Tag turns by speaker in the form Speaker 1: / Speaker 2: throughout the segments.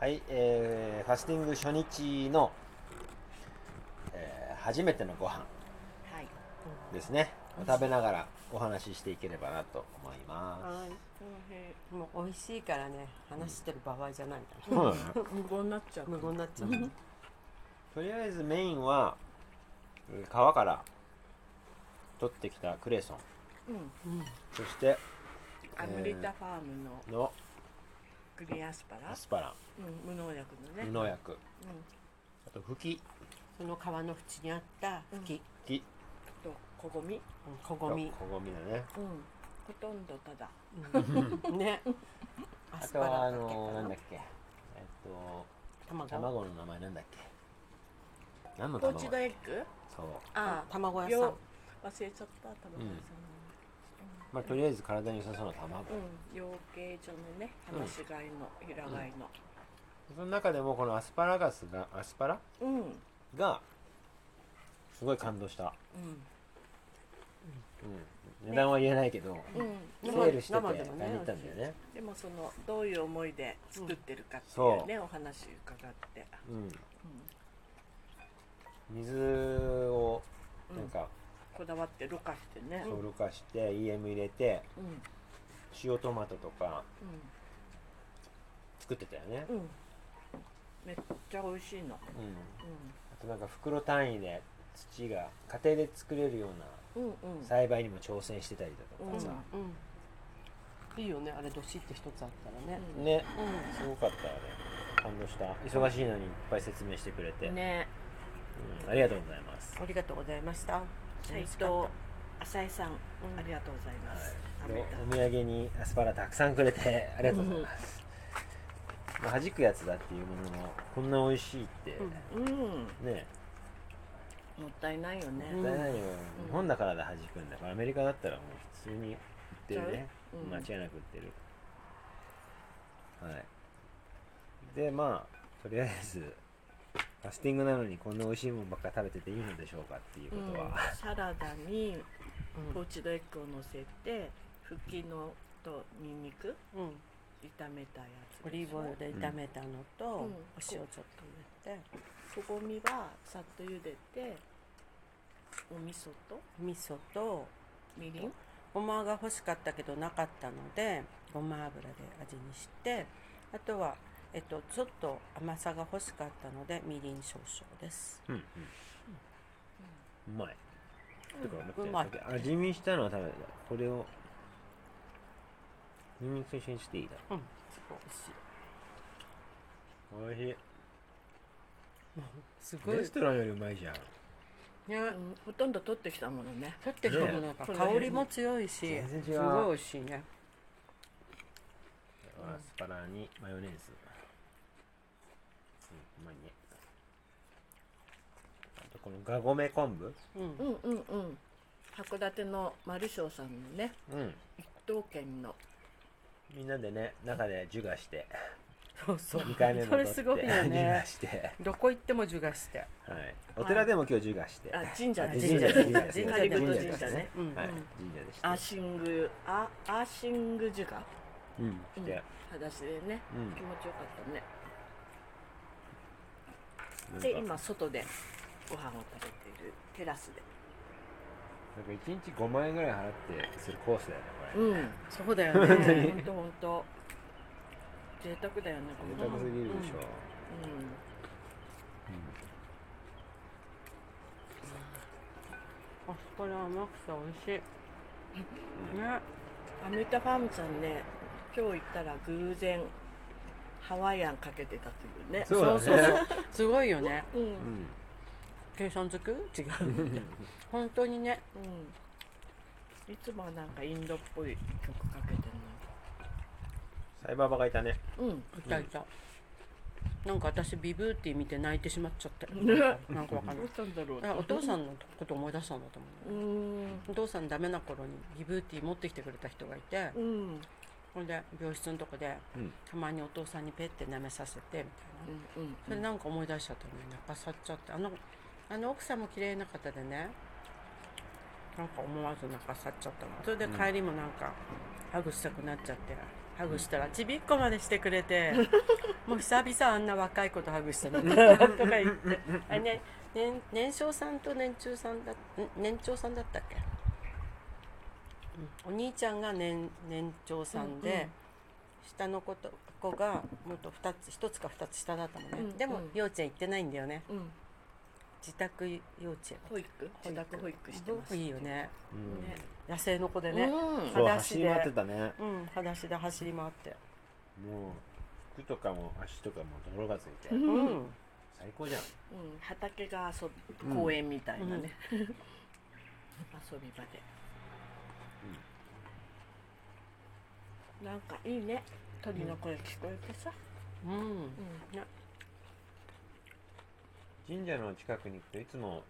Speaker 1: はい、えーファスティング初日の、えー初めてのご飯
Speaker 2: はい。
Speaker 1: ですねを食べながらお話ししていければなと思いま
Speaker 2: はい。
Speaker 3: もう美味しいからね話してる場合じゃないか
Speaker 1: す、そうだね
Speaker 2: 無言になっちゃ
Speaker 3: ら無
Speaker 2: う。
Speaker 3: 言になっちゃううん
Speaker 1: とりあえずメインはえー皮から取ってきたクレソン
Speaker 2: うん。
Speaker 1: そして
Speaker 2: アムリタファームの
Speaker 1: の
Speaker 2: グリーンアスパラ
Speaker 1: ア。スパラ
Speaker 2: うん。無農薬のね。
Speaker 1: 無農薬
Speaker 2: うん。
Speaker 1: あと茎
Speaker 3: その皮の縁にあった茎、
Speaker 1: 茎
Speaker 2: とこごみ。
Speaker 3: うん、こごみ、
Speaker 1: こごみだね
Speaker 2: うん。ほとんどただ。
Speaker 3: うん、 ねア
Speaker 1: あ
Speaker 3: ス
Speaker 1: と
Speaker 3: パラ
Speaker 1: はあ
Speaker 3: だっ
Speaker 1: の
Speaker 3: け
Speaker 1: ー、
Speaker 3: か
Speaker 1: なん
Speaker 3: な
Speaker 1: だっけえっと
Speaker 3: 卵卵
Speaker 1: 卵の名前なんだっけ何の
Speaker 2: ポ
Speaker 1: 卵
Speaker 2: ーチドエッグ。
Speaker 1: そう
Speaker 2: ああ。
Speaker 3: 卵屋さん
Speaker 2: よ。忘れちゃった。卵屋さ
Speaker 1: まあとりあえず体に良さそうな卵、
Speaker 2: んの。うん。養鶏場のね。
Speaker 1: うん
Speaker 2: 放し飼いの平飼いの。
Speaker 1: その中でもこのアスパラガスがアスパラ
Speaker 2: うん。
Speaker 1: がすごい感動した、うん、値段は言えないけど、
Speaker 2: うん。う
Speaker 1: セ
Speaker 2: ん。
Speaker 1: ールしてて
Speaker 3: 生
Speaker 1: 買い
Speaker 3: で
Speaker 1: に
Speaker 3: もね
Speaker 1: 行ったんだよね、
Speaker 2: でもそのどういう思いで作ってるかっていうね、お話伺って、
Speaker 1: うん、水を
Speaker 2: うん
Speaker 1: なんか
Speaker 2: こだわってろ過してね。
Speaker 1: そうろ過して EM 入れて
Speaker 2: うん。
Speaker 1: 塩トマトとか
Speaker 2: うん。
Speaker 1: 作ってたよね、
Speaker 2: うん、めっちゃ美味しいの。
Speaker 1: うん、あとなんか袋単位で土が家庭で作れるような
Speaker 2: うん、うん、うん。
Speaker 1: 栽培にも挑戦してたりだとかさ、
Speaker 3: うんいいよねあれどしって一つあったらね、
Speaker 1: ね、すごかったあれ感動した忙しいのにいっぱい説明してくれて、
Speaker 2: ね、
Speaker 1: うん、ありがとうございます
Speaker 3: ありがとうございました
Speaker 2: 斉藤浅井さん、ありがとうございます。食べ
Speaker 1: で
Speaker 2: た
Speaker 1: お土産にアスパラたくさんくれてありがとうございます、まあ、弾くやつだっていうもののこんな美味しいって、
Speaker 2: う
Speaker 3: うん
Speaker 2: ん、
Speaker 1: ね
Speaker 2: もったいないよね。
Speaker 3: う
Speaker 1: も
Speaker 3: ん
Speaker 1: ったいないよ、日本だからで弾くんだからアメリカだったらもう普通に売ってるね、
Speaker 2: うん
Speaker 1: 間違いなく売ってるはいでまあとりあえずファスティングなのにこんな美味しいものばっか食べてていいのでしょうかっていう
Speaker 2: う
Speaker 1: こ
Speaker 2: ん
Speaker 1: とは、
Speaker 2: サラダに
Speaker 3: う
Speaker 2: ポーチドエッグを乗せて、腹筋のとニンニク
Speaker 3: んうん
Speaker 2: 炒めたやつ。
Speaker 3: オリーブオイルで炒めたのと、
Speaker 2: ん
Speaker 3: お塩ちょっと入れて
Speaker 2: こごみはさっと茹でて、お味噌と
Speaker 3: 味噌と
Speaker 2: みりん。
Speaker 3: ごまが欲しかったけどなかったのでごま油で味にしてあとは、えっと、ちょっと甘さが欲しかったのでみりん少々です
Speaker 1: うんうんうまい。てか、
Speaker 3: うまい
Speaker 1: 待って、味見したのは食べた。これを、ニンニクと一緒にしていいだ
Speaker 3: うんすごい美味し
Speaker 1: ろ。おいし
Speaker 3: い
Speaker 1: い。
Speaker 3: す
Speaker 1: レストランよりうまいじゃん。
Speaker 3: ね
Speaker 2: うん、ほとんど取ってきたものね。
Speaker 3: 取ってきたものが香りも強いし、
Speaker 1: 全然違う
Speaker 3: すごい美味しいね
Speaker 1: アスパラにマヨネーズ。うん、うまいね。あと、このガゴメ昆布。
Speaker 3: うん
Speaker 2: うん、うん、うん。函館のマルショーさんのね、
Speaker 1: うん。
Speaker 2: 一等県の
Speaker 1: みんなでね、中でジュガして、
Speaker 3: そうそう
Speaker 1: 2回目も
Speaker 3: そ
Speaker 1: 取
Speaker 3: れ
Speaker 1: って、
Speaker 3: すごいよ
Speaker 1: ジュガ
Speaker 3: ね
Speaker 1: して。
Speaker 3: どこ行っても受がして
Speaker 1: はい。お寺でも今日ジュガして。
Speaker 2: あ神社
Speaker 1: あ
Speaker 2: ね
Speaker 1: 神社で神
Speaker 2: 神社
Speaker 1: 社で
Speaker 2: 神
Speaker 1: す
Speaker 2: 社
Speaker 1: 神
Speaker 2: で
Speaker 1: 社
Speaker 2: 神
Speaker 1: で
Speaker 2: 社
Speaker 1: す
Speaker 2: ね
Speaker 1: ね。
Speaker 3: うん
Speaker 1: はい
Speaker 3: うん、
Speaker 1: 神社でした。
Speaker 2: アーシングアアーシング樹が
Speaker 1: うん、
Speaker 2: う
Speaker 1: 来
Speaker 2: ん
Speaker 1: て、
Speaker 2: 裸足でね
Speaker 1: うん
Speaker 2: 気持ちよかったね
Speaker 1: なんか
Speaker 2: で今外でご飯を食べているテラス
Speaker 1: なんか一日5万円ぐらい払ってするコースだよねこ
Speaker 2: で
Speaker 1: れ、
Speaker 2: うん
Speaker 3: そうだよ
Speaker 2: 本
Speaker 3: ね
Speaker 2: 当本当贅沢だよねこ
Speaker 1: 贅
Speaker 2: の
Speaker 1: 沢すぎるでしょ、
Speaker 3: アスパラ甘くて美味しい。ね。
Speaker 2: アメリカファームさんね今日行ったら偶然ハワイアンかけてたというね
Speaker 1: そうだね
Speaker 3: そうそうすごいよね。
Speaker 2: うんうん
Speaker 1: うん
Speaker 3: 計算づく違う。本当にね。
Speaker 2: いつもはなんかインドっぽい曲かけて
Speaker 1: サイバーバがいたね
Speaker 2: るのに
Speaker 3: 歌いた。なんか私ビブーティー見て泣いてしまっちゃって。
Speaker 2: ね
Speaker 3: なんかわか
Speaker 2: うんん
Speaker 3: な
Speaker 2: どう
Speaker 3: い。
Speaker 2: したんだろう
Speaker 3: あお父さんのこと思い出したんだと思う。
Speaker 2: うん
Speaker 3: お父さんダメな頃にビブーティー持ってきてくれた人がいて、
Speaker 2: うん
Speaker 3: ほんで病室のとこで
Speaker 1: うん
Speaker 3: たまにお父さんにペッて舐めさせてみたいな。
Speaker 2: うん
Speaker 3: それなんか思い出しちゃったねなんかさっちゃってあのあの奥さんも綺麗な方でねなんか思わずなんかさっちゃったのそれで帰りも なんか、ハグしたくなっちゃってハグしたらちびっこまでしてくれてもう久々あんな若い子とハグしたのとか言ってあ、ね年年少さんと年中さんだん年長さんだったっけ、うんお兄ちゃんが年年長さんで、
Speaker 2: うんうん
Speaker 3: 下の子と子がもっと二つ一つか二つ下だったもんね、
Speaker 2: うんうん
Speaker 3: でも幼稚園行ってないんだよね
Speaker 2: うん、
Speaker 3: 自宅幼稚園
Speaker 2: 保育自宅保育して
Speaker 3: すご
Speaker 2: ます
Speaker 3: くいいよね
Speaker 1: うん
Speaker 2: ね
Speaker 3: 野生の子で
Speaker 2: う
Speaker 3: ね
Speaker 2: ん
Speaker 1: そう
Speaker 3: 裸
Speaker 1: 走
Speaker 3: 足で
Speaker 1: り回ってたね
Speaker 3: うん、裸足で走り回って
Speaker 1: もう服とかも足とかも泥がついて
Speaker 2: うん
Speaker 3: うん、
Speaker 1: 最高じゃん
Speaker 2: うん、畑が遊び
Speaker 1: うん
Speaker 2: 公園みたいなね、
Speaker 3: うん
Speaker 2: 遊び場で、なんかいいね鳥の声聞こえてさ、
Speaker 3: うん
Speaker 2: う
Speaker 1: 神社の近くに行くといつも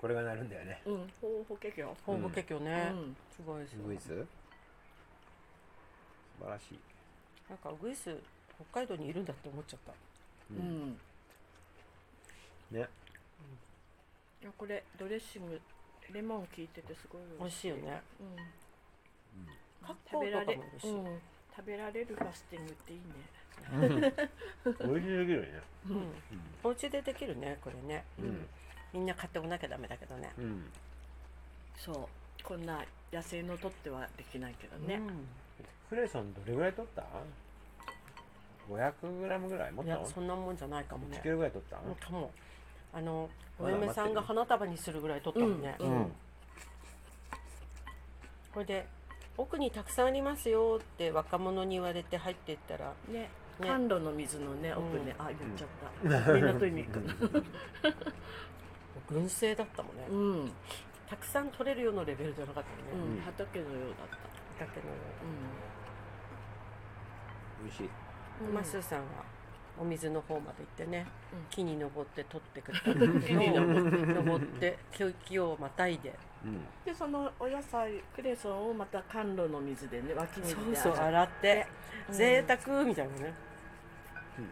Speaker 1: これが鳴るんだよね
Speaker 2: んうんほうほけきょ
Speaker 3: ホーム結局ね、
Speaker 2: うん
Speaker 3: すごいです
Speaker 1: す
Speaker 3: よ
Speaker 1: ごいです素晴らしい、
Speaker 3: なんかウグイス北海道にいるんだって思っちゃった
Speaker 1: う
Speaker 2: うんん
Speaker 1: ね
Speaker 2: いやこれドレッシングレモン効いててすごい
Speaker 3: 美味しいよね
Speaker 2: うん
Speaker 3: カッコ
Speaker 2: 食べ
Speaker 3: ー
Speaker 2: ら
Speaker 3: と
Speaker 2: れ
Speaker 3: かも美味しい、
Speaker 2: うん食べられるファスティングっていいね
Speaker 1: 美味しいだけどね
Speaker 3: うんお家でできるねこれね、
Speaker 1: うん
Speaker 3: みんな買ってこなきゃダメだけどね
Speaker 1: うん、うん、
Speaker 2: そうこんな野生のとってはできないけどね、
Speaker 1: クレソンどれぐらい取った ?500g ぐらい持
Speaker 3: う
Speaker 1: っ
Speaker 3: んい
Speaker 1: た
Speaker 3: や
Speaker 1: の
Speaker 3: そんなもんじゃないかもね
Speaker 1: 1kg ぐらい取った
Speaker 3: うん
Speaker 1: の
Speaker 3: かもあのお
Speaker 1: まだ待ってる
Speaker 3: 嫁さんが花束にするぐらい取ったもんね、
Speaker 2: うん
Speaker 3: これで奥にたくさんありますよって若者に言われて入っていったら
Speaker 2: ね甘露の水のね奥ね、あ言っちゃった、
Speaker 1: うん
Speaker 2: 港に行く
Speaker 3: 群生だったもんね、
Speaker 2: うん、
Speaker 3: たくさん取れるようなレベルじゃなかったもんね、
Speaker 2: うん
Speaker 1: うん
Speaker 2: 畑のようだった
Speaker 3: だけど、
Speaker 1: 美味しい
Speaker 2: うん、
Speaker 3: まあスーさんはお水の方まで行ってね、
Speaker 2: うん
Speaker 3: 木に登って取ってくれたのを
Speaker 2: 木に
Speaker 3: 登って木をまたいで
Speaker 1: うん
Speaker 2: でそのお野菜クレソンをまた甘露の水でね湧き水
Speaker 3: そ
Speaker 2: で
Speaker 3: うそう
Speaker 2: 洗う
Speaker 3: 洗って、
Speaker 2: うん
Speaker 3: 贅沢みたいなね、
Speaker 1: うん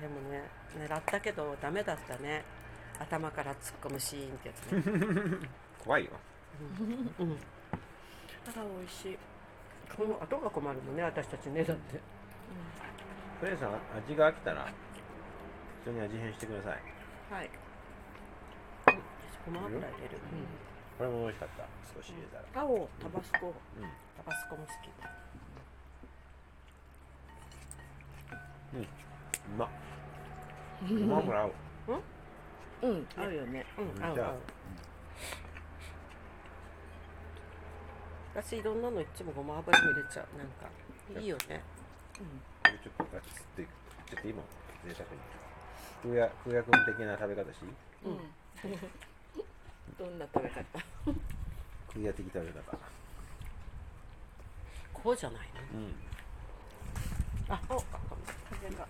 Speaker 3: でもね狙ったけどダメだったね頭から突っ込むシーンってやつ ね、
Speaker 1: 怖いよ
Speaker 3: うん、
Speaker 2: だから美味しい、うん
Speaker 3: この後が困るもんね私たちねだって
Speaker 1: クレソン味が飽きたら普通に味変してください
Speaker 2: はい
Speaker 3: ごま油入れる、うん
Speaker 1: これも美味しかった少し入れたら
Speaker 2: 青タバスコ
Speaker 1: う
Speaker 3: タバスコも好き
Speaker 1: んうんうまっごま油合う
Speaker 2: うん合うよね
Speaker 3: うん、合う
Speaker 1: じゃあ
Speaker 3: 合う。私いろんなのいつもごま油も入れちゃう。なんかいいよね。
Speaker 1: これちょっとガツッといくちょっと今贅沢に空也空也君的な食べ方し
Speaker 2: うん、
Speaker 3: う
Speaker 2: うんん、 どんな食べ方
Speaker 1: 空也的食べ方
Speaker 3: こうじゃないの。
Speaker 1: うん
Speaker 3: あ、お、
Speaker 2: 風が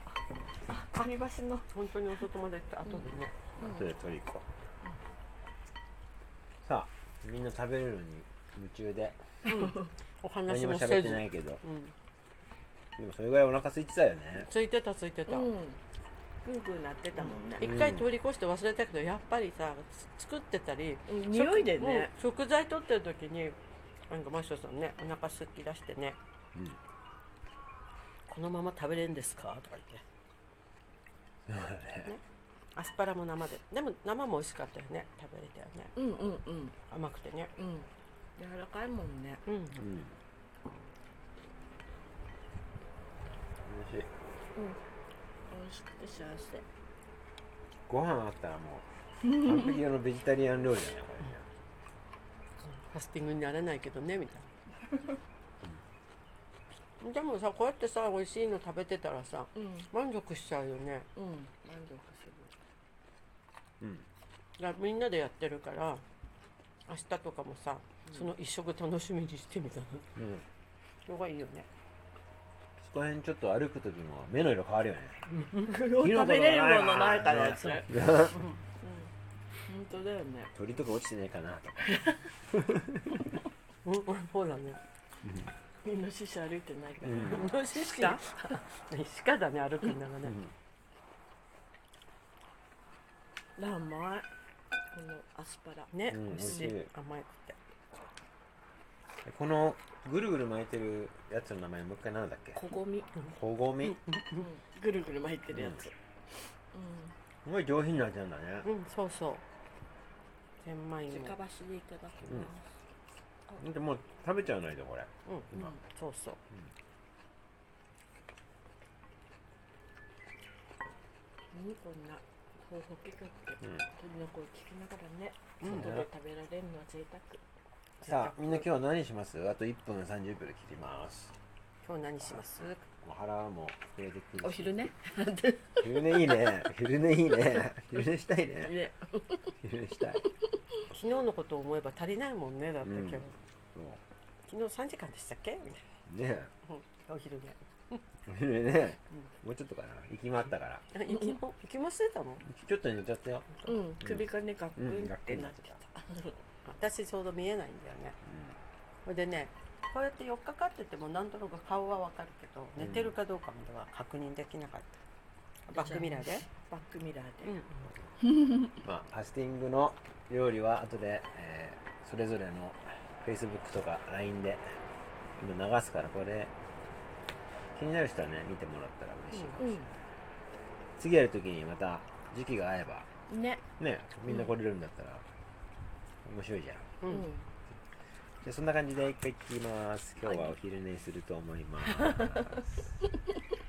Speaker 2: あ紙橋の
Speaker 3: 本当にお外まで行った後でね。
Speaker 1: 後で取り行こうさあみんな食べるのに夢中で
Speaker 3: お
Speaker 1: 何
Speaker 3: 話
Speaker 1: も
Speaker 3: もせ
Speaker 1: 喋って
Speaker 3: ず。う。
Speaker 1: なんいけどでもそれぐらいお腹空いてたよね
Speaker 3: ついてたついてた。
Speaker 2: うんグーグーなってたもんね
Speaker 3: 一回通り越して忘れたけどやっぱりさつ作ってたり
Speaker 2: うん匂いでね
Speaker 3: 食うん食材取ってる時になんかマッシュさんねお腹すき出してね
Speaker 1: うん
Speaker 3: このまま食べれるんですかとか言って、ね、アスパラも生ででも生も美味しかったよね食べれたよね
Speaker 2: うんうんうん
Speaker 3: 甘くてね
Speaker 2: うん柔らかいもんね
Speaker 3: うん
Speaker 1: うん美味しい
Speaker 2: 美味しくて幸せ
Speaker 1: ご飯あったらもう完璧用のベジタリアン料理だねこれね
Speaker 3: ファスティングになれないけどねみたいなでもさこうやってさ美味しいの食べてたらさ
Speaker 2: うん
Speaker 3: 満足しちゃうよね
Speaker 2: うん満足する
Speaker 1: うん
Speaker 3: だみんなでやってるから明日とかもさその一食楽しみにしてみたい
Speaker 1: うん
Speaker 3: なのがいいよね
Speaker 1: そこら辺ちょっと歩く時も目の色変わるよね
Speaker 2: 食べれるものないからそれ
Speaker 1: ね
Speaker 2: 本当だよね
Speaker 1: 鳥とか落ちてないかなとか
Speaker 3: うんそうだね
Speaker 2: みんな死者歩いてないから、
Speaker 3: イノ シシだ鹿だね歩くんだがね
Speaker 2: ラーマイこのアスパラ
Speaker 3: ね、
Speaker 1: うん
Speaker 3: 美味し
Speaker 1: 美味
Speaker 3: い
Speaker 1: しい
Speaker 3: 甘くて
Speaker 1: このぐるぐる巻いてるやつの名前もう一回なんだっけ
Speaker 2: こごみ、
Speaker 1: こごみ
Speaker 2: うん、ぐるぐる巻いてるやつ、
Speaker 1: すごい上品な味なんだね
Speaker 3: うん、そうそう。千枚
Speaker 2: うん、
Speaker 3: も。
Speaker 2: 直箸でいただきます、
Speaker 1: でもう食べちゃわないとこれ
Speaker 3: うん、
Speaker 1: 今
Speaker 3: そうそう。
Speaker 2: うん、こんなこうほけくって、
Speaker 1: うん
Speaker 2: 鳥の声聞きながらね、
Speaker 3: うん
Speaker 2: 外で食べられるのは贅沢、
Speaker 1: さあみんな今日は何しますあと1分30秒で切ります
Speaker 3: 今日何します？
Speaker 1: お腹も膨れてくるし
Speaker 2: お昼ね
Speaker 1: 昼寝いいね昼寝いいね昼寝したいね
Speaker 2: ね
Speaker 1: 昼寝したい
Speaker 3: 昨日のことを思えば足りないもんねだって
Speaker 1: うん
Speaker 3: 今日。
Speaker 1: そ
Speaker 3: 昨日三時間でしたっけ？みたいう
Speaker 1: ね
Speaker 3: なお昼ね。
Speaker 1: 昼寝ねもうちょっとかな行き回ったから
Speaker 3: あ行きも行きもしてたの？
Speaker 1: ちょっと寝ちゃったよ、
Speaker 2: うん首がねガック
Speaker 1: うん
Speaker 2: ン
Speaker 1: ガッ
Speaker 2: っ
Speaker 1: クン
Speaker 2: て
Speaker 1: にな
Speaker 2: な
Speaker 1: っ
Speaker 2: ってて
Speaker 1: た
Speaker 2: た、
Speaker 3: 私ちょうど見えないんだよね。それでね、こうやって寄っかかっててもなんとなく顔はわかるけど、
Speaker 1: うん
Speaker 3: 寝てるかどうかまでは確認できなかった。バックミラーで。
Speaker 2: バックミラーで、
Speaker 3: うん。
Speaker 1: まあファスティングの料理は後で、えーそれぞれの Facebook とか LINE で今流すからこれ気になる人はね見てもらったら嬉しいかもしれない、次やるときにまた時期が合えば
Speaker 2: うんね
Speaker 1: ねみんな来れるんだったら面白いじゃん
Speaker 3: うん。
Speaker 2: うん
Speaker 1: でそんな感じで一回聞きます今日はお昼寝すると思います、